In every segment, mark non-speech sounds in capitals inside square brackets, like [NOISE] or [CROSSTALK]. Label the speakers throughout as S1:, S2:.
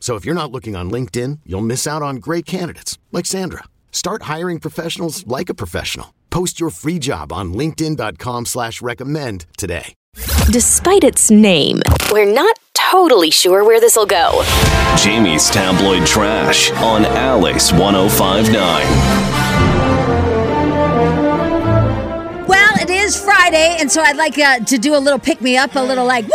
S1: So if you're not looking on LinkedIn, you'll miss out on great candidates like Sandra. Start hiring professionals like a professional. Post your free job on linkedin.com/recommend slash recommend today.
S2: Despite its name, we're not totally sure where this will go.
S3: Jamie's tabloid trash on Alice 1059.
S4: Well, it is Friday, and so I'd like uh, to do a little pick me up, a little like, woohoo!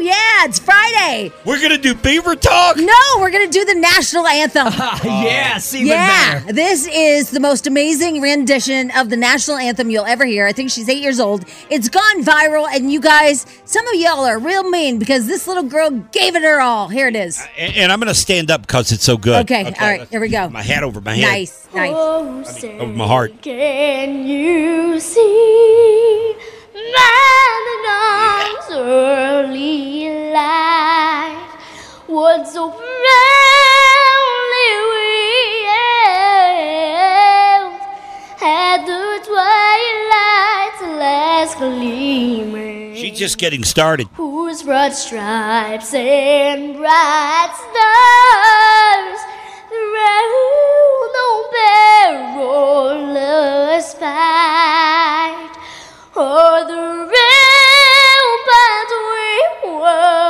S4: Yeah, it's Friday.
S5: We're gonna do beaver talk.
S4: No, we're going to do the national
S5: [LAUGHS]
S4: anthem.
S5: yes, even
S4: yeah,
S5: better.
S4: this is the most amazing rendition of the national anthem you'll ever hear. I think she's eight years old. It's gone viral, and you guys, some of y'all are real mean because this little girl gave it her all. Here it is.
S5: And, and I'm gonna stand up because it's so good.
S4: Okay, all right, here we go.
S5: My hat over my head.
S4: Nice, nice.
S6: Oh, say,
S5: Over my heart.
S6: can you see man in arms early light? What so proudly we hailed at the twilight's last gleaming.
S5: She's just getting started.
S6: Whose broad stripes and bright stars through no perilous fight o'er the rampart we were.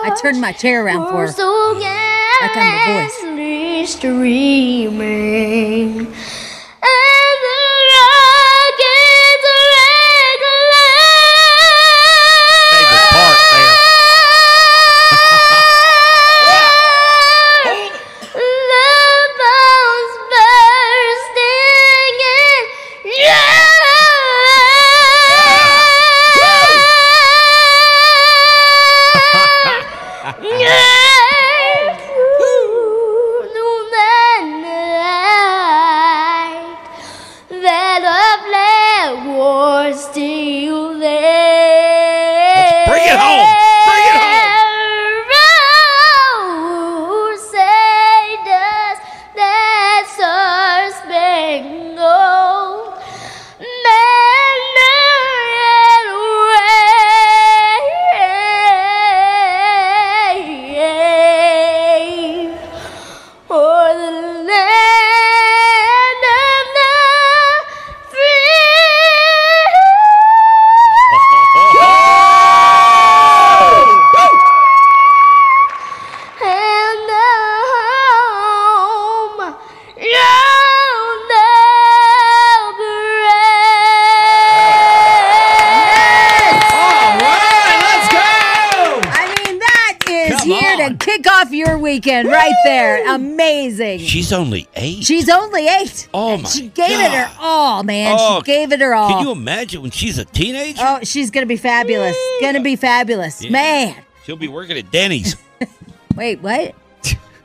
S4: I turned my chair around for her.
S6: So
S4: I'm the voice.
S6: gallantly streaming. And the rocket's red
S5: Favorite part there.
S6: glare. the bombs bursting in yellow. Yet through the night, that our flag was still there.
S5: Let's bring it home. Bring it
S6: Rose saved us, that star-spangled banner and wave o'er Oh, the land of the free. and the home round the parade.
S5: All right, let's go.
S4: I mean, that is
S5: Come
S4: here to
S5: on.
S4: kick off your weekend right there. Amazing.
S5: She's only eight.
S4: She's only eight.
S5: Oh, my
S4: She gave it her
S5: God.
S4: all, man.
S5: Oh,
S4: she gave it her all.
S5: Can you imagine when she's a teenager?
S4: Oh, she's gonna be fabulous. Gonna be fabulous,
S5: Yeah.
S4: man.
S5: She'll be working at Denny's.
S4: Wait,
S5: [LAUGHS]
S4: what?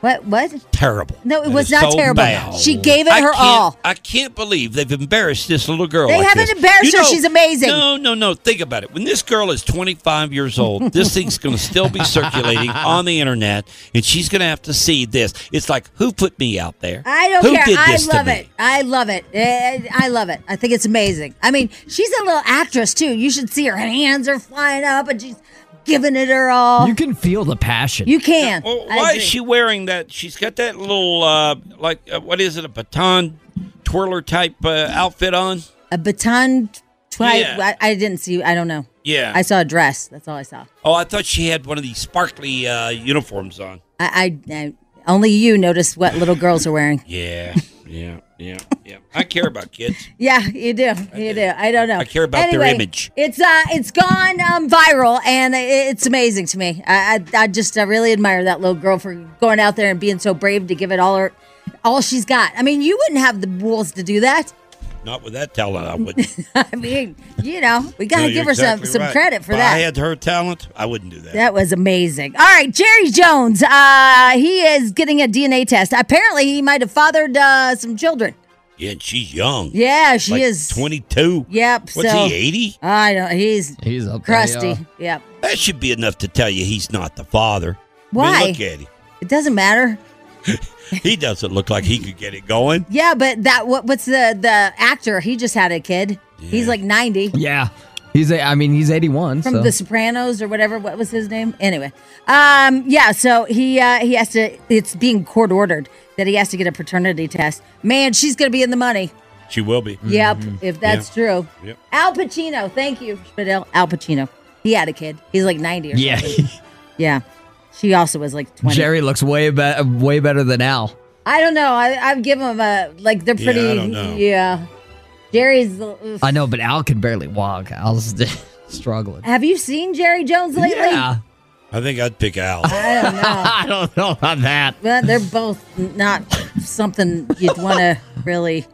S4: What? What?
S5: terrible.
S4: No, it
S5: That
S4: was
S5: is
S4: not
S5: so
S4: terrible.
S5: bad.
S4: She gave it
S5: I
S4: her
S5: can't-
S4: all.
S5: I can't believe they've embarrassed this little girl.
S4: They
S5: like
S4: haven't
S5: this.
S4: embarrassed her. She's amazing.
S5: No, no, no. Think about it. When this girl is 25 years
S4: [LAUGHS]
S5: old, this thing's going to still be circulating on the internet, and she's going to have to see this. It's like, who put me out there?
S4: I don't
S5: who
S4: care.
S5: Did
S4: I
S5: this to
S4: love
S5: me?
S4: it. I love it. Eh, I love it. I think it's amazing. I mean, she's a little actress too. You should see her hands are flying up, and she's giving it her all.
S7: You
S4: You,
S7: can feel the passion.
S4: can.
S5: Well,
S4: I
S5: Oh, why
S4: agree.
S5: is she wearing that? She's got that little, uh, like, uh, what is it, a baton twirler type uh, outfit on?
S4: a baton? Twi-
S5: Yeah.
S4: I, I didn't see. I don't know.
S5: Yeah.
S4: I saw a dress. That's all I saw.
S5: oh, I thought she had one of these sparkly uh, uniforms on.
S4: I, I, I, Only you noticed what little girls are wearing. [LAUGHS]
S5: Yeah, yeah, yeah, yeah. I care about kids.
S4: Yeah, you do. You do. I don't know.
S5: I care about their
S4: Anyway,
S5: image.
S4: It's uh, it's gone um, viral, and i- it's amazing to me. I, I, I just I really admire that little girl for going out there and being so brave to give it all her, all she's got. I mean, you wouldn't have the balls to do that. [LAUGHS]
S5: Not with that talent, I wouldn't.
S4: I mean, you know, we gotta
S5: No,
S4: give
S5: you're
S4: her
S5: exactly
S4: some some
S5: right.
S4: credit for
S5: If
S4: that.
S5: I had her talent, I wouldn't do that.
S4: That was amazing. All right, Jerry Jones. Uh, he is getting a DNA test. Apparently, he might have fathered uh, some children.
S5: Yeah, and she's young.
S4: Yeah, she
S5: Like
S4: is.
S5: 22.
S4: Yep.
S5: What's
S4: so
S5: he, 80?
S4: I don't. He's
S8: He's up there,
S4: crusty.
S8: y'all.
S4: Yep.
S5: That should be enough to tell you he's not the father. I
S4: Why?
S5: mean, look at him.
S4: It doesn't matter.
S5: He doesn't look like he could get it going.
S4: Yeah, but that what? What's the the actor? He just had a kid. He's like ninety
S8: Yeah. He's a, I mean, he's 81.
S4: from
S8: so.
S4: The Sopranos or whatever. What was his name? Anyway, um, yeah. So he uh, he has to. It's being court ordered that he has to get a paternity test. Man, she's gonna be in the money.
S5: She will be.
S4: Yep,
S8: Mm-hmm.
S4: if that's true.
S5: Yep.
S4: Al Pacino, thank you, Fidel. Al Pacino. He had a kid. He's like 90 or
S8: yeah.
S4: something.
S8: [LAUGHS]
S4: Yeah. She also was like 20.
S8: Jerry looks way, be- way better than Al.
S4: I don't know. I, I've given him a, like, they're
S5: Yeah, I
S4: pretty.
S5: don't know.
S4: yeah. Jerry's. oof.
S8: I know, but Al can barely walk. Al's [LAUGHS] struggling.
S4: Have you seen Jerry Jones lately?
S8: Yeah.
S5: I think I'd pick Al.
S4: I don't know.
S8: I don't know about that.
S4: well, they're both not something you'd want to really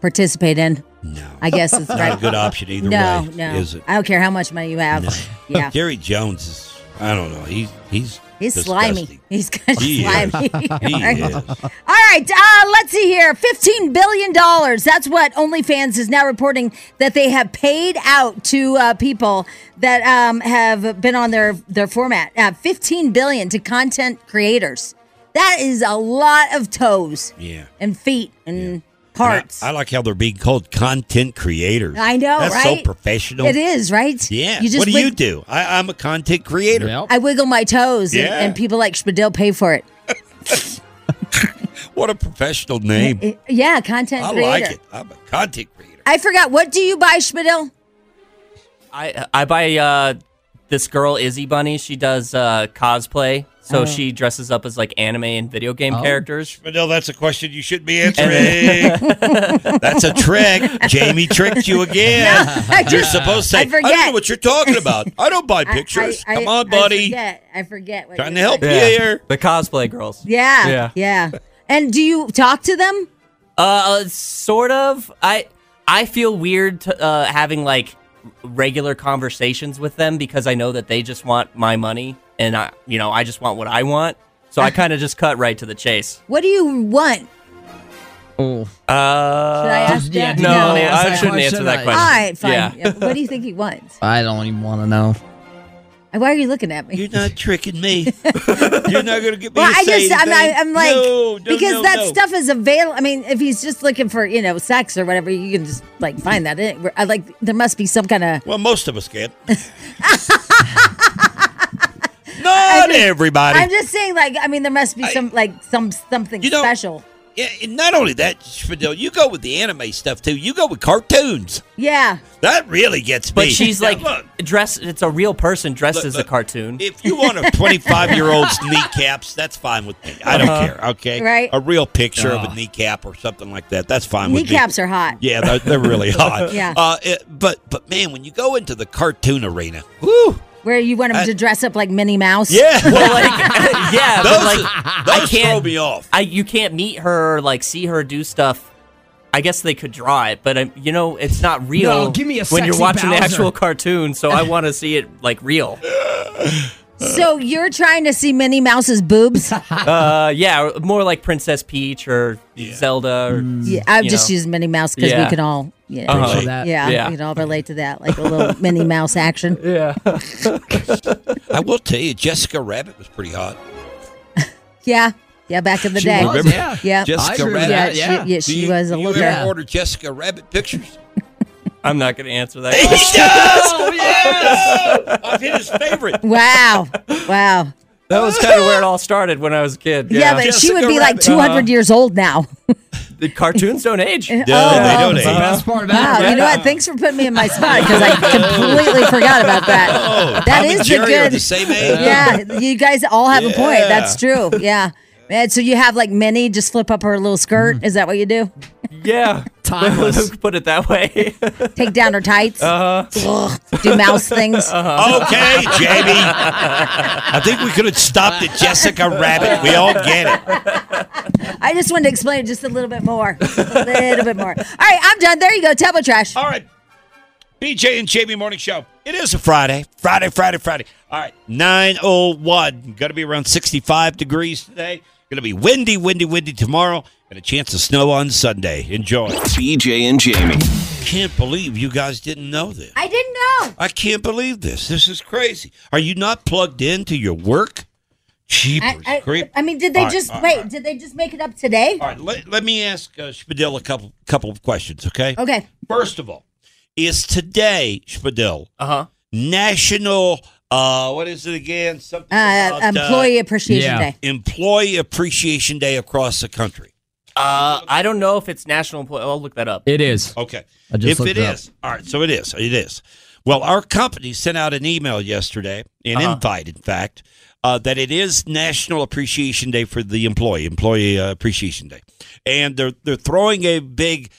S4: participate in.
S5: No.
S4: I guess it's
S5: [LAUGHS] Not a
S4: right.
S5: good option either
S4: No,
S5: way.
S4: no.
S5: Is it?
S4: I don't care how much money you have.
S5: [LAUGHS]
S4: Yeah.
S5: Jerry Jones is, I don't know. He's, he's,
S4: He's slimy. [LAUGHS]
S5: disgusting.
S4: He's kind of
S5: He is.
S4: slimy.
S5: He
S4: [LAUGHS] All right.
S5: is.
S4: All right, uh, let's see here. $15 billion. That's what OnlyFans is now reporting that they have paid out to uh, people that um, have been on their, their format. Uh, $15 billion to content creators. That is a lot of toes
S5: Yeah.
S4: and feet and
S5: And I-
S4: parts.
S5: I, like how they're being called content creators.
S4: I know,
S5: That's
S4: right?
S5: so professional.
S4: it is, right?
S5: Yeah.
S4: You just
S5: what do you
S4: wig-
S5: do? I, I'm a content creator.
S8: Well,
S4: I wiggle my toes, and,
S5: Yeah.
S4: and people like Spadil pay for it.
S5: What a professional name.
S4: Uh, Yeah, content
S5: I
S4: creator.
S5: like it. I'm a content creator.
S4: I forgot. What do you buy, Spadil?
S6: I I buy uh, this girl Izzy Bunny. She does uh, cosplay, so she dresses up as like anime and video game characters.
S5: Fidel, that's a question you should be answering.
S4: [LAUGHS]
S5: that's a trick. Jamie tricked you again.
S4: I
S5: [LAUGHS] You're
S4: just-
S5: supposed to
S4: [LAUGHS]
S5: say,
S4: I
S5: I,
S4: forget.
S5: don't know what you're talking about. I don't buy pictures.
S4: [LAUGHS] I- I-
S5: Come
S4: I
S5: on, buddy.
S4: forget. I forget. What
S5: Trying
S4: you
S5: to help
S4: said.
S5: you here.
S6: the cosplay girls.
S4: Yeah, yeah,
S6: Yeah.
S4: And do you talk to them?
S6: Uh, uh, sort of. I I feel weird t- uh, having like regular conversations with them because I know that they just want my money, and I you know I just want what I want. So I kind of just cut right to the chase.
S4: What do you want?
S8: oh.
S6: Uh,
S4: Should I ask
S8: yeah,
S4: that?
S8: did
S6: no,
S8: you wanna answer
S6: I
S8: that
S6: shouldn't
S8: question?
S6: answer that
S8: I-
S6: question.
S4: All right, fine.
S6: Yeah.
S4: Yeah, What do you think he wants?
S8: I don't even want to know.
S4: Why are you looking at me?
S5: You're not tricking
S4: [LAUGHS]
S5: me. You're not going to get me
S4: Well,
S5: to
S4: I
S5: say
S4: just, I'm, I,
S5: anything.
S4: I'm like,
S5: No, no,
S4: because
S5: no,
S4: that
S5: no.
S4: stuff is available. I mean, if he's just looking for, you know, sex or whatever, you can just like find that. In. I like, there must be some kind of.
S5: Well, most of us
S4: [LAUGHS]
S5: can. not everybody.
S4: I'm just saying, like, I mean, there must be some, like, some something
S5: You know-
S4: special.
S5: Yeah, and not only that, Fidel, you go with the anime stuff too. You go with cartoons.
S4: Yeah.
S5: That really gets me.
S6: But she's
S5: Now,
S6: like
S5: look,
S6: dressed. It's a real person dressed
S5: Look,
S6: as
S5: look.
S6: a cartoon.
S5: if you want
S6: [LAUGHS]
S5: a 25 year old's kneecaps, that's fine with me. I don't
S6: Uh-huh.
S5: care. Okay,
S4: Right.
S5: A real picture of a kneecap or something like that. That's fine with me.
S4: Kneecaps are hot.
S5: [LAUGHS] Yeah, they're,
S4: [LAUGHS]
S5: they're really hot.
S4: Yeah.
S5: Uh, it- but but man, when you go into the cartoon arena, woo.
S4: Where you want him
S5: I-
S4: to dress up like Minnie Mouse.
S5: Yeah.
S6: [LAUGHS] Well, like, [LAUGHS] yeah,
S5: those
S6: but like
S5: those
S6: I
S5: throw
S6: can't.
S5: me off.
S6: I you can't meet her, or, like see her do stuff. I guess they could draw it, but um, you know it's not real.
S8: No, give me a
S6: when you're
S8: sexy
S6: watching the
S8: Bowser.
S6: actual cartoon, so I want to see it like
S8: [LAUGHS]
S6: real.
S4: So you're trying to see Minnie Mouse's boobs?
S6: Uh, yeah, more like Princess Peach or Zelda. Or,
S4: yeah, I'm
S6: you
S4: just
S6: know.
S4: using Minnie Mouse because we
S6: Yeah.
S4: can all, you know,
S8: So
S6: Uh-huh.
S8: Mm, that-
S4: yeah,
S6: Yeah.
S4: we can all relate to that, like a little Minnie Mouse action.
S5: I will tell you, Jessica Rabbit was pretty hot.
S4: Yeah, yeah, back in the
S8: She
S4: day.
S8: was,
S5: Remember?
S8: yeah.
S4: Yeah.
S5: Jessica
S8: I agree with
S5: Rabbit.
S4: Yeah,
S8: that,
S4: she,
S8: yeah.
S4: yeah,
S5: Do
S4: she
S5: you-
S4: was a
S5: do
S4: little
S5: You ever
S4: girl.
S5: order Jessica Rabbit [LAUGHS] pictures?
S6: I'm not gonna answer that.
S5: [LAUGHS]
S6: question.
S8: Oh, yes!
S5: I've hit his
S4: [LAUGHS]
S5: favorite.
S4: [LAUGHS] Wow, wow.
S6: that was kind of where it all started when I was a kid.
S4: Yeah,
S6: Yeah,
S4: but she
S5: Jessica
S4: would be like
S5: Rabbit.
S4: 200 years old now.
S6: the cartoons
S8: [LAUGHS]
S6: don't age.
S4: Oh,
S6: Uh,
S5: No, they
S8: That's the
S5: don't.
S8: best part about
S4: Wow,
S8: it.
S4: you know what? Thanks for putting me in my spot because I completely forgot about that.
S5: Oh,
S4: That
S5: Tom
S4: is
S5: and
S4: the
S5: Jerry are
S4: good. [LAUGHS]
S5: the same age.
S4: Yeah, you guys all have a point. That's true. Yeah. And so you have like mini, just flip up her little skirt. Is that what you do?
S9: Yeah.
S6: [LAUGHS]
S7: Timeless.
S9: Put it that way.
S5: [LAUGHS]
S4: Take down her tights.
S9: Uh-huh.
S4: Ugh, do mouse things.
S5: Uh-huh. Okay, Jamie. I think we could have stopped at Jessica Rabbit. We all get it.
S4: I just wanted to explain it just a little bit more. A little bit more. All right, I'm done. There you go. Tablet trash.
S5: All right. BJ and Jamie Morning Show. It is a Friday. Friday, Friday, Friday. All right. 901. Going to be around 65 degrees today. Going to be windy, windy, windy tomorrow. And a chance of snow on Sunday. Enjoy.
S3: BJ and Jamie.
S5: Can't believe you guys didn't know this.
S4: I didn't know.
S5: I can't believe this. This is crazy. Are you not plugged into your work? Jeepers,
S4: I, I,
S5: creep.
S4: I mean, did they
S5: All right,
S4: just
S5: all
S4: wait?
S5: right.
S4: Did they just make it up today?
S5: All right, let, let me ask uh, Spadil a couple couple of questions, okay?
S4: Okay. uh,
S5: First of all, is today Spadil
S9: Uh huh.
S5: National uh what is it again? Something
S4: Uh,
S5: about,
S4: employee Appreciation
S7: yeah.
S4: Day.
S5: Employee Appreciation Day across the country.
S9: Uh, I don't know if it's national employee. I'll look that up.
S7: It is.
S5: Okay.
S7: I just
S5: if
S7: looked
S5: it
S7: it up.
S5: is, all right. So it is. It is. Well, our company sent out an email yesterday, an
S9: Uh-huh.
S5: invite, in fact, uh, that it is National Appreciation Day for the employee, Employee uh, Appreciation Day, and they're they're throwing a big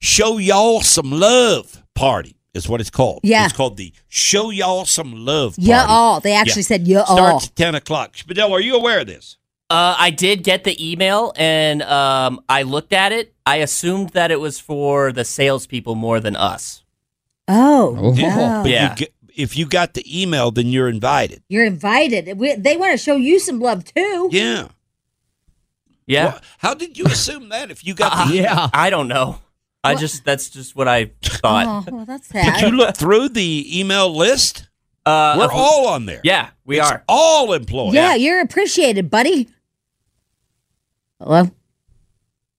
S5: show y'all some love party is what it's called.
S4: Yeah.
S5: it's called the show y'all some love. Party.
S4: Yeah, all. They actually said yeah, all.
S5: starts at ten o'clock. Spadell, are you aware of this?
S9: Uh, I did get the email and um, I looked at it. I assumed that it was for the salespeople more than us.
S4: Oh,
S7: Oh.
S4: wow.
S5: But
S9: Yeah.
S5: you get, if you got the email, then you're invited.
S4: you're invited. We, they want to show you some love too.
S5: Yeah.
S9: Yeah.
S5: Well, how did you assume that if you got
S9: Uh,
S5: the
S9: [LAUGHS]
S7: Yeah.
S9: I don't know. I just that's just what I thought.
S4: Oh, well, that's
S5: Did you
S4: sad.
S5: look through the email list?
S9: Uh,
S5: We're
S9: of-
S5: all on there.
S9: Yeah, we
S5: It's
S9: are.
S5: all employees.
S4: Yeah, you're appreciated, buddy. Hello.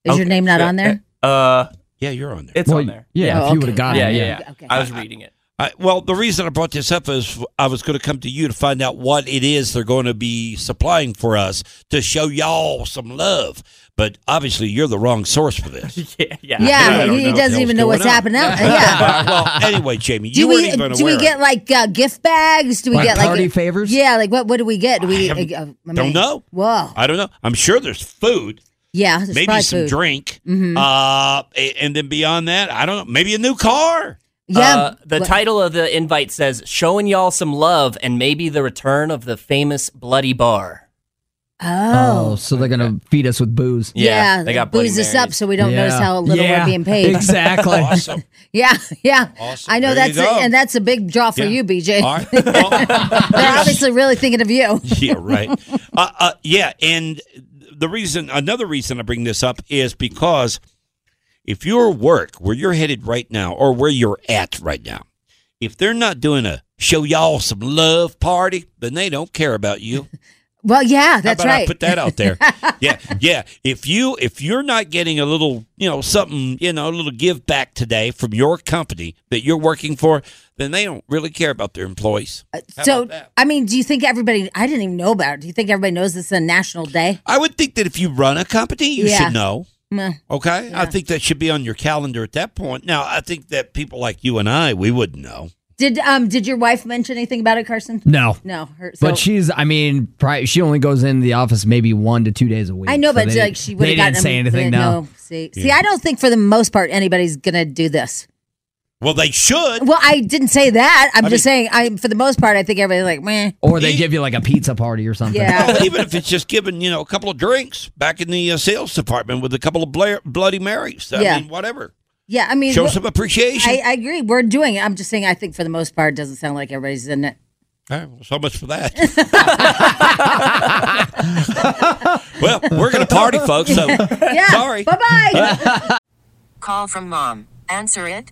S4: Is
S9: Okay,
S4: your name not
S9: so,
S4: on
S5: eh,
S4: there?
S9: Uh,
S5: yeah, you're on there.
S9: it's
S7: Well,
S9: on there.
S7: Yeah, if
S4: Oh,
S7: you
S4: okay.
S7: would have got
S9: Yeah,
S7: it.
S9: yeah,
S7: Yeah,
S9: yeah.
S4: Okay.
S9: I was reading it. [LAUGHS]
S5: I, well, the reason I brought this up is I was going to come to you to find out what it is they're going to be supplying for us to show y'all some love. But obviously, you're the wrong source
S4: [LAUGHS]
S5: for this.
S9: Yeah, yeah.
S5: I
S4: Yeah,
S5: don't
S4: he
S5: know what
S4: doesn't
S5: the
S4: even
S5: hell's
S4: know what's
S5: going on. [LAUGHS]
S4: happening. now. Yeah.
S5: well, anyway, Jamie, you
S4: Do
S5: weren't
S4: we
S5: even aware.
S4: do we
S5: of
S4: get
S5: it.
S4: like uh, gift bags? Do we
S7: Like
S4: get
S7: party
S4: like
S7: favors?
S4: Yeah, like what? What do we get? Do we?
S5: I
S4: uh, uh, I
S5: don't know.
S4: Whoa.
S5: I don't know. I'm sure there's food,
S4: yeah, there's
S5: maybe
S4: probably
S5: some
S4: food. Mm-hmm.
S5: drink, uh, a- and then beyond that, I don't know. Maybe a new car.
S4: Yeah,
S9: Uh, the
S4: What-
S9: title of the invite says "Showing y'all some love and maybe the return of the famous bloody bar."
S4: Oh.
S7: Oh, so they're gonna feed us with booze.
S9: Yeah, they got Bloody
S4: booze us
S9: Marys.
S4: up so we don't
S7: Yeah.
S4: notice how little
S7: Yeah,
S4: we're being paid.
S7: Exactly.
S5: Awesome.
S4: [LAUGHS] Yeah, yeah.
S5: Awesome.
S4: I know
S5: There you
S4: that's
S5: go.
S4: a, and that's a big draw for
S5: Yeah.
S4: you, BJ. [LAUGHS]
S5: All right. Well,
S4: They're obviously really thinking of you.
S5: yeah, right. Uh, uh, yeah, and the reason, another reason I bring this up is because if your work, where you're headed right now, or where you're at right now, if they're not doing a show y'all some love party, then they don't care
S4: [LAUGHS]
S5: about you.
S4: Well, yeah, that's
S5: How about I
S4: right.
S5: put that
S4: [LAUGHS]
S5: out there? yeah, yeah. If you if you're not getting a little, you know, something, you know, a little give back today from your company that you're working for, then they don't really care about their employees. How
S4: Uh, so,
S5: about that?
S4: I mean, do you think everybody? I didn't even know about it. Do you think everybody knows this is a national day?
S5: I would think that if you run a company, you
S4: Yeah.
S5: should know.
S4: Mm.
S5: Okay, I think that should be on your calendar at that point. Now, I think that people like you and I, we wouldn't know.
S4: Did um did your wife mention anything about it, Carson?
S7: No.
S4: No, her, so,
S7: But she's, I mean, probably, she only goes into the office maybe one to two days a week.
S4: I know,
S7: so
S4: but
S7: they-
S4: like she would
S7: They didn't
S4: have gotten
S7: say
S4: them-
S7: anything.
S4: no.
S7: No.
S4: See, see, I don't think for the most part anybody's gonna do this.
S5: Well, they should.
S4: Well, I didn't say that. I'm
S5: I
S4: just saying. I for the most part, I think everybody's like, meh.
S7: Or they give you like a pizza party or something.
S4: Yeah.
S5: Well, E- [LAUGHS] even if it's just giving, you know, a couple of drinks back in the uh, sales department with a couple of Bla- Bloody Marys. I
S4: Yeah.
S5: mean, whatever.
S4: [LAUGHS] Yeah, I mean,
S5: Show
S4: wh-
S5: some appreciation.
S4: I, I agree. We're doing it. I'm just saying. I think for the most part, it doesn't sound like everybody's in
S5: [LAUGHS]
S4: it.
S5: All right, well, so much
S4: [LAUGHS]
S5: for that. [LAUGHS] well, we're going to party, folks. So
S4: Yeah.
S5: sorry.
S4: Bye bye.
S5: [LAUGHS]
S10: Call from mom. Answer it.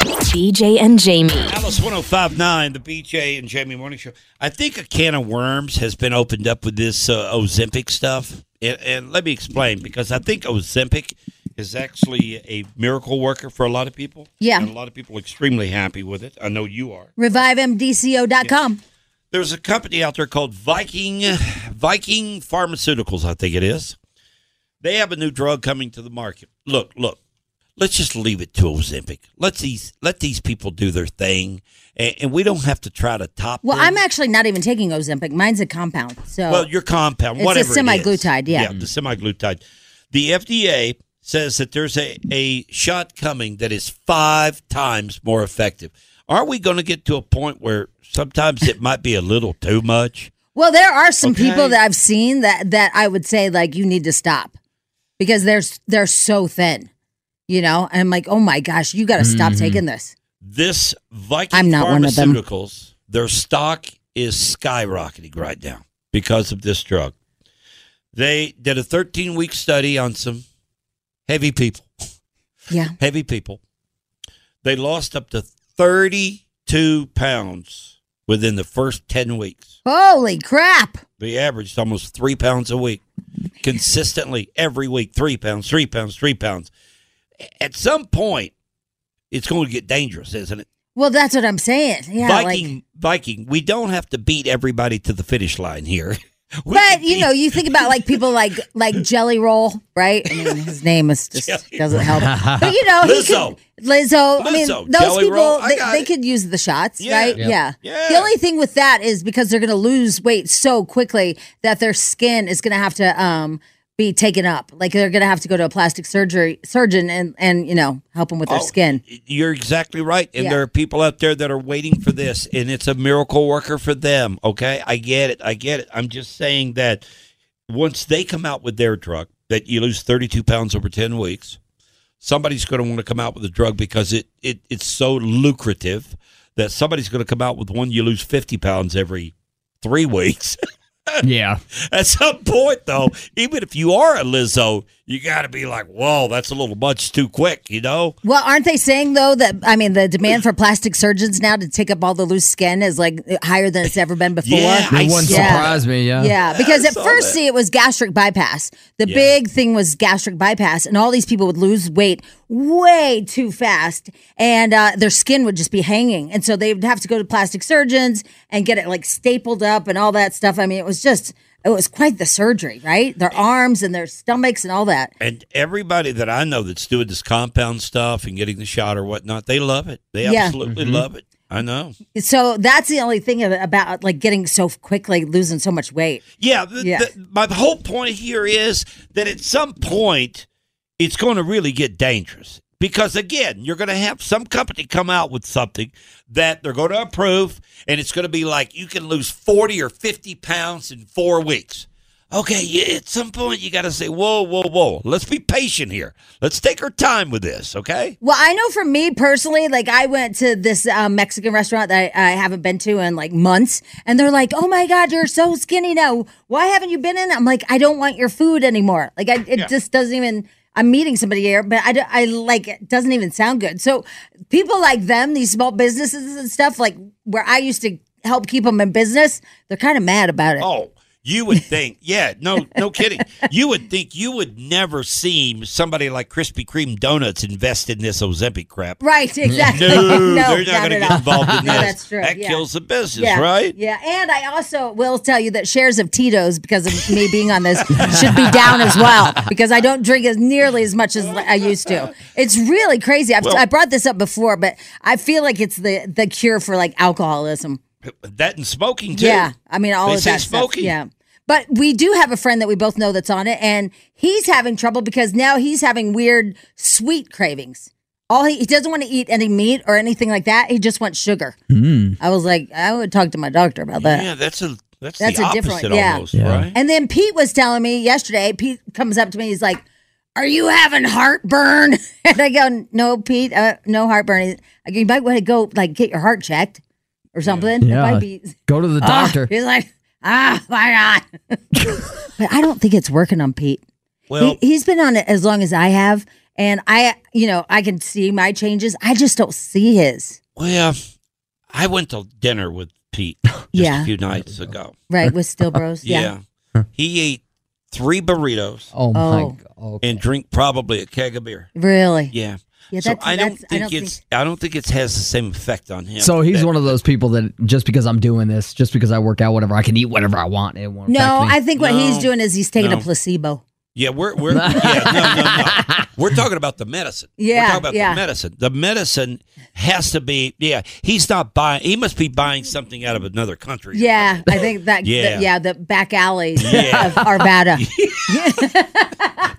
S2: BJ and Jamie.
S5: Alice 1059, the BJ and Jamie Morning Show. I think a can of worms has been opened up with this uh, Ozempic stuff. And, and let me explain because I think Ozempic is actually a miracle worker for a lot of people.
S4: Yeah.
S5: And a lot of people are extremely happy with it. I know you are.
S4: ReviveMDCO.com.
S5: There's a company out there called Viking Viking Pharmaceuticals, I think it is. They have a new drug coming to the market. Look, look. Let's just leave it to Ozempic. Let's these let these people do their thing, and, and we don't have to try to top.
S4: Well,
S5: them.
S4: I'm actually not even taking Ozempic. Mine's a compound. So
S5: well, your compound,
S4: It's a
S5: whatever. it is.
S4: semaglutide, yeah.
S5: the semaglutide. The FDA says that there's a, a shot coming that is five times more effective. Are we going to get to a point where sometimes it might be a little too much?
S4: Well, there are some
S5: Okay.
S4: people that I've seen that that I would say like you need to stop because they're s- they're so thin, you know. And I'm like, oh my gosh, you got to stop
S5: Mhm.
S4: taking this.
S5: This Viking
S4: I'm not one of them.
S5: Pharmaceuticals, their stock is skyrocketing right now because of this drug. They did a 13 week study on some heavy people.
S4: Yeah.
S5: Heavy people. They lost up to 32 pounds within the first 10 weeks.
S4: Holy crap!
S5: They averaged almost three pounds a week, consistently every week three pounds, three pounds, three pounds. At some point, it's going to get dangerous, isn't it?
S4: Well, that's what I'm saying. Yeah, like,
S5: Viking, Viking, we don't have to beat everybody to the finish line here. [LAUGHS]
S4: but you know, you think about like people like like Jelly Roll, right? I mean, his name is just doesn't help. But you know, he
S5: Lizzo.
S4: could, Lizzo. I mean,
S5: Lizzo,
S4: those
S5: Jelly
S4: people
S5: Roll, I
S4: they,
S5: got
S4: they
S5: it.
S4: could use the shots,
S5: Yeah.
S4: right?
S5: Yep.
S4: Yeah. The only thing with that is because they're going to lose weight so quickly that their skin is going to have to um be taken up. Like they're going to have to go to a plastic surgery surgeon and and you know help them with their
S5: Oh,
S4: skin.
S5: You're exactly right. And
S4: Yeah.
S5: there are people out there that are waiting for this, and it's a miracle worker for them. Okay. I get it. I get it. I'm just saying that once they come out with their drug, that you lose 32 pounds over 10 weeks, somebody's going to want to come out with a drug because it, it it's so lucrative that somebody's going to come out with one you lose 50 pounds every three weeks. [LAUGHS]
S7: Yeah.
S5: At some point, though, even if you are a Lizzo, you got to be like, whoa, that's a little much too quick, you know?
S4: Well, aren't they saying though that I mean the demand for plastic surgeons now to take up all the loose skin is like higher than it's ever been before?
S7: Yeah, I It wouldn't saw surprise that. me, yeah.
S4: Yeah,
S7: Yeah,
S4: because
S7: I
S4: at
S7: saw
S4: first
S7: that.
S4: see it was gastric bypass. The
S7: Yeah.
S4: big thing was gastric bypass, and all these people would lose weight way too fast, and uh, their skin would just be hanging, and so they would have to go to plastic surgeons and get it like stapled up and all that stuff. I mean, it was just it was quite the surgery, right? Their arms and their stomachs and all that.
S5: And everybody that I know that's doing this compound stuff and getting the shot or whatnot, they love it. They
S4: Yeah.
S5: absolutely
S4: Mhm.
S5: love it. I know.
S4: So that's the only thing ab- about like getting so quickly losing so much weight.
S5: Yeah. th-
S4: Yeah.
S5: th- my whole point here is that at some point, it's going to really get dangerous because, again, you're going to have some company come out with something that they're going to approve, and it's going to be like you can lose 40 or 50 pounds in four weeks. Okay, yeah, at some point, you got to say, whoa, whoa, whoa. Let's be patient here. Let's take our time with this, okay?
S4: Well, I know for me personally, like I went to this uh, Mexican restaurant that I, I haven't been to in like months, and they're like, "Oh my God, you're so skinny now. Why haven't you been in?" I'm like, "I don't want your food anymore. Like, I, it
S11: Yeah.
S4: just doesn't even." I'm meeting somebody here, but I, don't- I like it doesn't even sound good. So people like them, these small businesses and stuff, like where I used to help keep them in business, they're kind of mad about it.
S5: Oh, You would think, yeah, no, no kidding. You would think you would never see somebody like Krispy Kreme donuts invest in this Ozempic crap.
S4: Right, [LAUGHS] exactly.
S5: [LAUGHS] No, they're not
S4: at
S5: going to get
S4: all.
S5: involved in
S4: [LAUGHS]
S5: this.
S4: No, that's true.
S5: That
S4: yeah.
S5: kills the business,
S4: yeah.
S5: right?
S4: Yeah, and I also will tell you that shares of Tito's, because of me being on this, should be down as
S5: [LAUGHS]
S4: well because I don't drink as nearly as much as I used to. It's really crazy. I've,
S5: Well-
S4: I brought this up before, but I feel like it's the the cure for like alcoholism.
S5: That and smoking too.
S4: Yeah, I mean all
S5: They
S4: of
S5: say
S4: that stuff.
S5: smoking.
S4: Yeah, but we do have a friend that we both know that's on it, and he's having trouble because now he's having weird sweet cravings. All he, he doesn't want to eat any meat or anything like that. He just wants sugar. I was like, I would talk to my doctor about that.
S5: Yeah, that's a that's,
S4: That's
S5: the
S4: a
S5: opposite
S4: different- yeah.
S5: almost,
S4: Yeah.
S5: right?
S4: And then Pete was telling me yesterday, Pete comes up to me, he's like, Are you having heartburn? [LAUGHS] And I go, No, Pete, uh, no heartburn. He's- I go, You might want to go like get your heart checked or something. It might be-
S7: Go to the
S4: [LAUGHS] Ah,
S7: doctor.
S4: he's like, Ah, why not?
S7: [LAUGHS]
S4: but I don't think it's working on Pete.
S7: Well-
S4: he, he's been on it as long as I have. And I, you know, I can see my changes. I just don't see his.
S5: Well, I went to dinner with Pete just
S4: Yeah.
S5: a few nights ago.
S4: Right.
S7: [LAUGHS]
S4: With Still Bros. Yeah.
S5: Yeah. He ate three burritos.
S7: Oh
S4: my Oh.
S5: And drink probably a keg of beer.
S4: Really?
S5: Yeah.
S4: Yeah,
S5: so
S4: that's-
S5: I don't
S4: that's-
S5: think
S4: I don't
S5: it's I don't think it has the same effect on him.
S7: So he's
S5: that-
S7: one of those people that just because I'm doing this, just because I work out, whatever I can eat, whatever I want, it won't.
S4: No,
S7: affect me.
S4: I think what he's
S5: No,
S4: doing is he's taking a
S5: no.
S4: placebo.
S5: Yeah, we're
S7: [LAUGHS]
S5: we're yeah, no, no,
S4: [LAUGHS]
S5: no. We're talking about the medicine.
S4: Yeah,
S5: We're talking about
S4: yeah.
S5: the medicine. The medicine has to be yeah, he's not buying he must be buying something out of another country.
S4: Yeah, I think that.
S5: Yeah.
S4: yeah, the, yeah, the back alleys
S5: [LAUGHS] Yeah.
S4: of Arvada.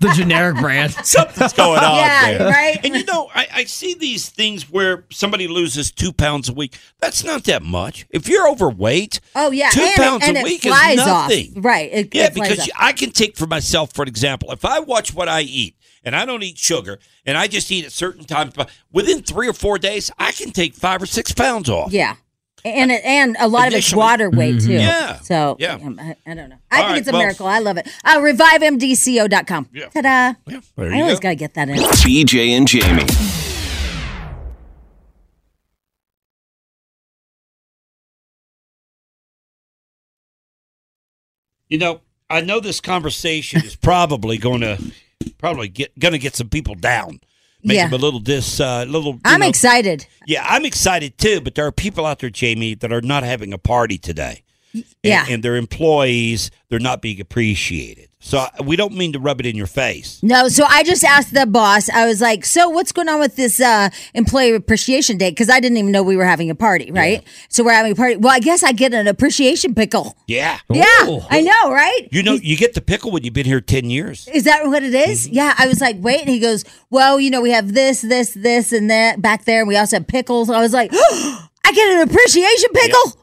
S5: [LAUGHS]
S7: the generic
S3: [LAUGHS]
S7: brand.
S5: Something's going on
S4: Yeah,
S5: there.
S4: right?
S5: And you know, I, I see these things where somebody loses two pounds a week. That's not that much. If you're overweight,
S4: Oh yeah,
S5: two
S4: and,
S5: pounds
S4: it, and
S5: a week
S4: it flies
S5: is nothing.
S4: off. Right? It,
S5: Yeah,
S4: it flies
S5: because
S4: off.
S5: I can take for myself, for example, if I watch what I eat and I don't eat sugar and I just eat at certain times, but within three or four days, I can take five or six pounds off.
S4: yeah, and it, and a lot of it's
S5: Initially-
S4: water weight too.
S5: Yeah.
S4: So
S5: Yeah.
S4: um, I, I don't know. I
S5: All
S4: think
S5: right,
S4: it's a
S5: well-
S4: miracle. I love it. Uh, ReviveMDCO.com. Yeah. Ta-da!
S3: There
S4: I
S3: you
S4: always
S3: go.
S4: gotta get that in.
S3: BJ and Jamie.
S5: You know, I know this conversation
S4: [LAUGHS]
S5: is probably going to probably get going to get some people down, make
S4: Yeah.
S5: them a little dis, uh, little. you
S4: I'm
S5: know-
S4: excited.
S5: Yeah, I'm excited too, but there are people out there, Jamie, that are not having a party today. And-
S4: Yeah.
S5: And, their employees, they're not being appreciated. So I- we don't mean to rub it in your face.
S4: No, so I just asked the boss. I was like, "So what's going on with this uh, employee appreciation day?" Because I didn't even know we were having a party, right? So we're having a party. Well, I guess I get an appreciation pickle.
S5: Yeah.
S4: Yeah, I know, right?
S5: You know, you get the pickle when you've been here 10 years.
S4: Is that what it is?
S5: Mm-hmm.
S4: Yeah, I was like, wait, and he goes, well, you know, we have this, this, this, and that back there, and we also have pickles. I was like, [GASPS] I get an appreciation pickle.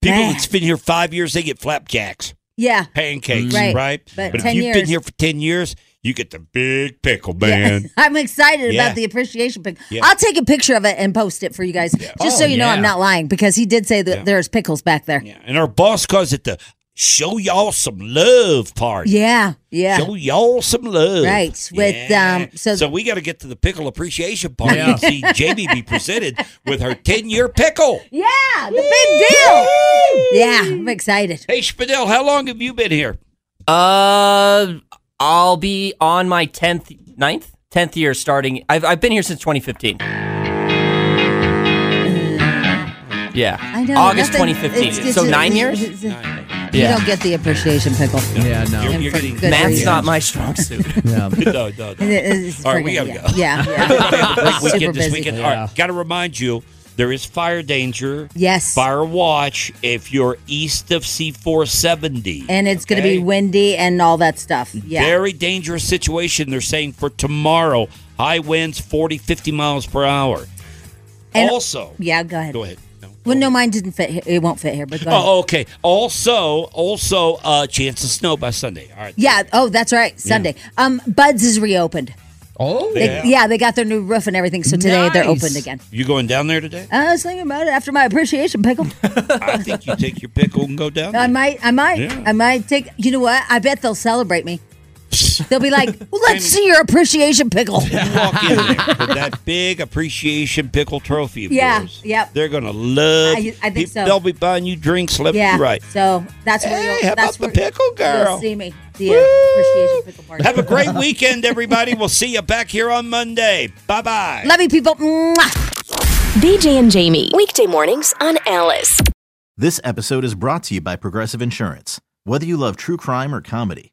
S5: People that's been here five years, they get flapjacks,
S4: Yeah,
S5: pancakes,
S4: Right.
S5: right?
S4: But
S5: if
S4: 10
S5: you've been
S4: years-
S5: here for 10 years, you get the big pickle, man.
S4: [LAUGHS] I'm excited
S5: Yeah.
S4: about the appreciation pickle.
S5: Yeah.
S4: I'll take a picture of it and post it for you guys, just so
S5: Oh,
S4: you know I'm
S5: yeah.
S4: not lying because he did say that there's pickles back there. Yeah,
S5: And our boss calls it the show y'all some love party.
S4: yeah,
S5: Show y'all some love.
S4: Right, with, um,
S5: so, we got to get to the pickle appreciation party and see Jamie be presented
S4: [LAUGHS]
S5: with her 10 year pickle.
S4: Yeah, the big deal. Yeah, I'm excited.
S5: Hey, Spadell, how long have you been here?
S9: Uh, I'll be on my 10th, 9th? 10th year starting. I've, I've been here since 2015. Yeah.
S4: I know
S9: August
S4: nothing-
S9: 2015.
S4: it's- it's-
S9: so nine
S4: it's-
S9: years?
S4: it's- You
S9: Yeah.
S4: don't get the appreciation pickle.
S7: Yeah, no.
S4: And for good
S9: Math's
S4: reason.
S9: not my strong suit.
S7: no,
S5: [LAUGHS] no, no.
S4: It is-
S5: All right, [LAUGHS] we got to
S4: yeah.
S5: go.
S4: Yeah,
S5: Big
S4: Super
S5: weekend this
S4: busy.
S5: weekend. All right, got to remind you there is fire danger.
S4: Yes.
S5: Fire watch if you're east of C470.
S4: and it's going to
S5: okay?
S4: be windy and all that stuff. Yeah.
S5: Very dangerous situation, they're saying, for tomorrow. High winds 40, 50 miles per hour.
S4: And-
S5: also,
S4: yeah, go ahead.
S5: go ahead. No.
S4: Well, no, mine didn't fit here. It won't fit here, but go ahead.
S5: Oh, okay. Also, also, uh, chance of snow by Sunday. All right.
S4: Yeah. Oh, that's right. Sunday. Um, Buds is reopened.
S7: Oh,
S4: They- yeah. they got their new roof and everything, so today they're
S5: Nice.
S4: opened again. Uh,
S5: You going down there today?
S4: I was thinking about it after my appreciation pickle.
S5: I
S4: [LAUGHS]
S5: think [LAUGHS] you take your pickle and go down there.
S4: I might, I might,
S5: Yeah. [LAUGHS]
S4: I might take. You know what? I bet they'll celebrate me. They'll be like, well, let's see your appreciation pickle.
S5: Walk in there with that big appreciation pickle trophy. Of
S4: Yeah,
S5: yours.
S4: yep.
S5: They're gonna love.
S4: I- I think
S5: peop-
S4: so.
S5: They'll be buying you drinks left
S4: yeah.
S5: and right.
S4: So that's where you'll,
S5: how
S4: that's
S5: about
S4: where
S5: the pickle girl?
S4: You'll see me. The uh, appreciation pickle party.
S5: Have a great weekend, everybody. We'll see you back here on Monday. Bye bye.
S4: Love you, people. Mwah.
S12: BJ and Jamie, weekday mornings on Alice.
S1: This episode is brought to you by Progressive Insurance. Whether you love true crime or comedy,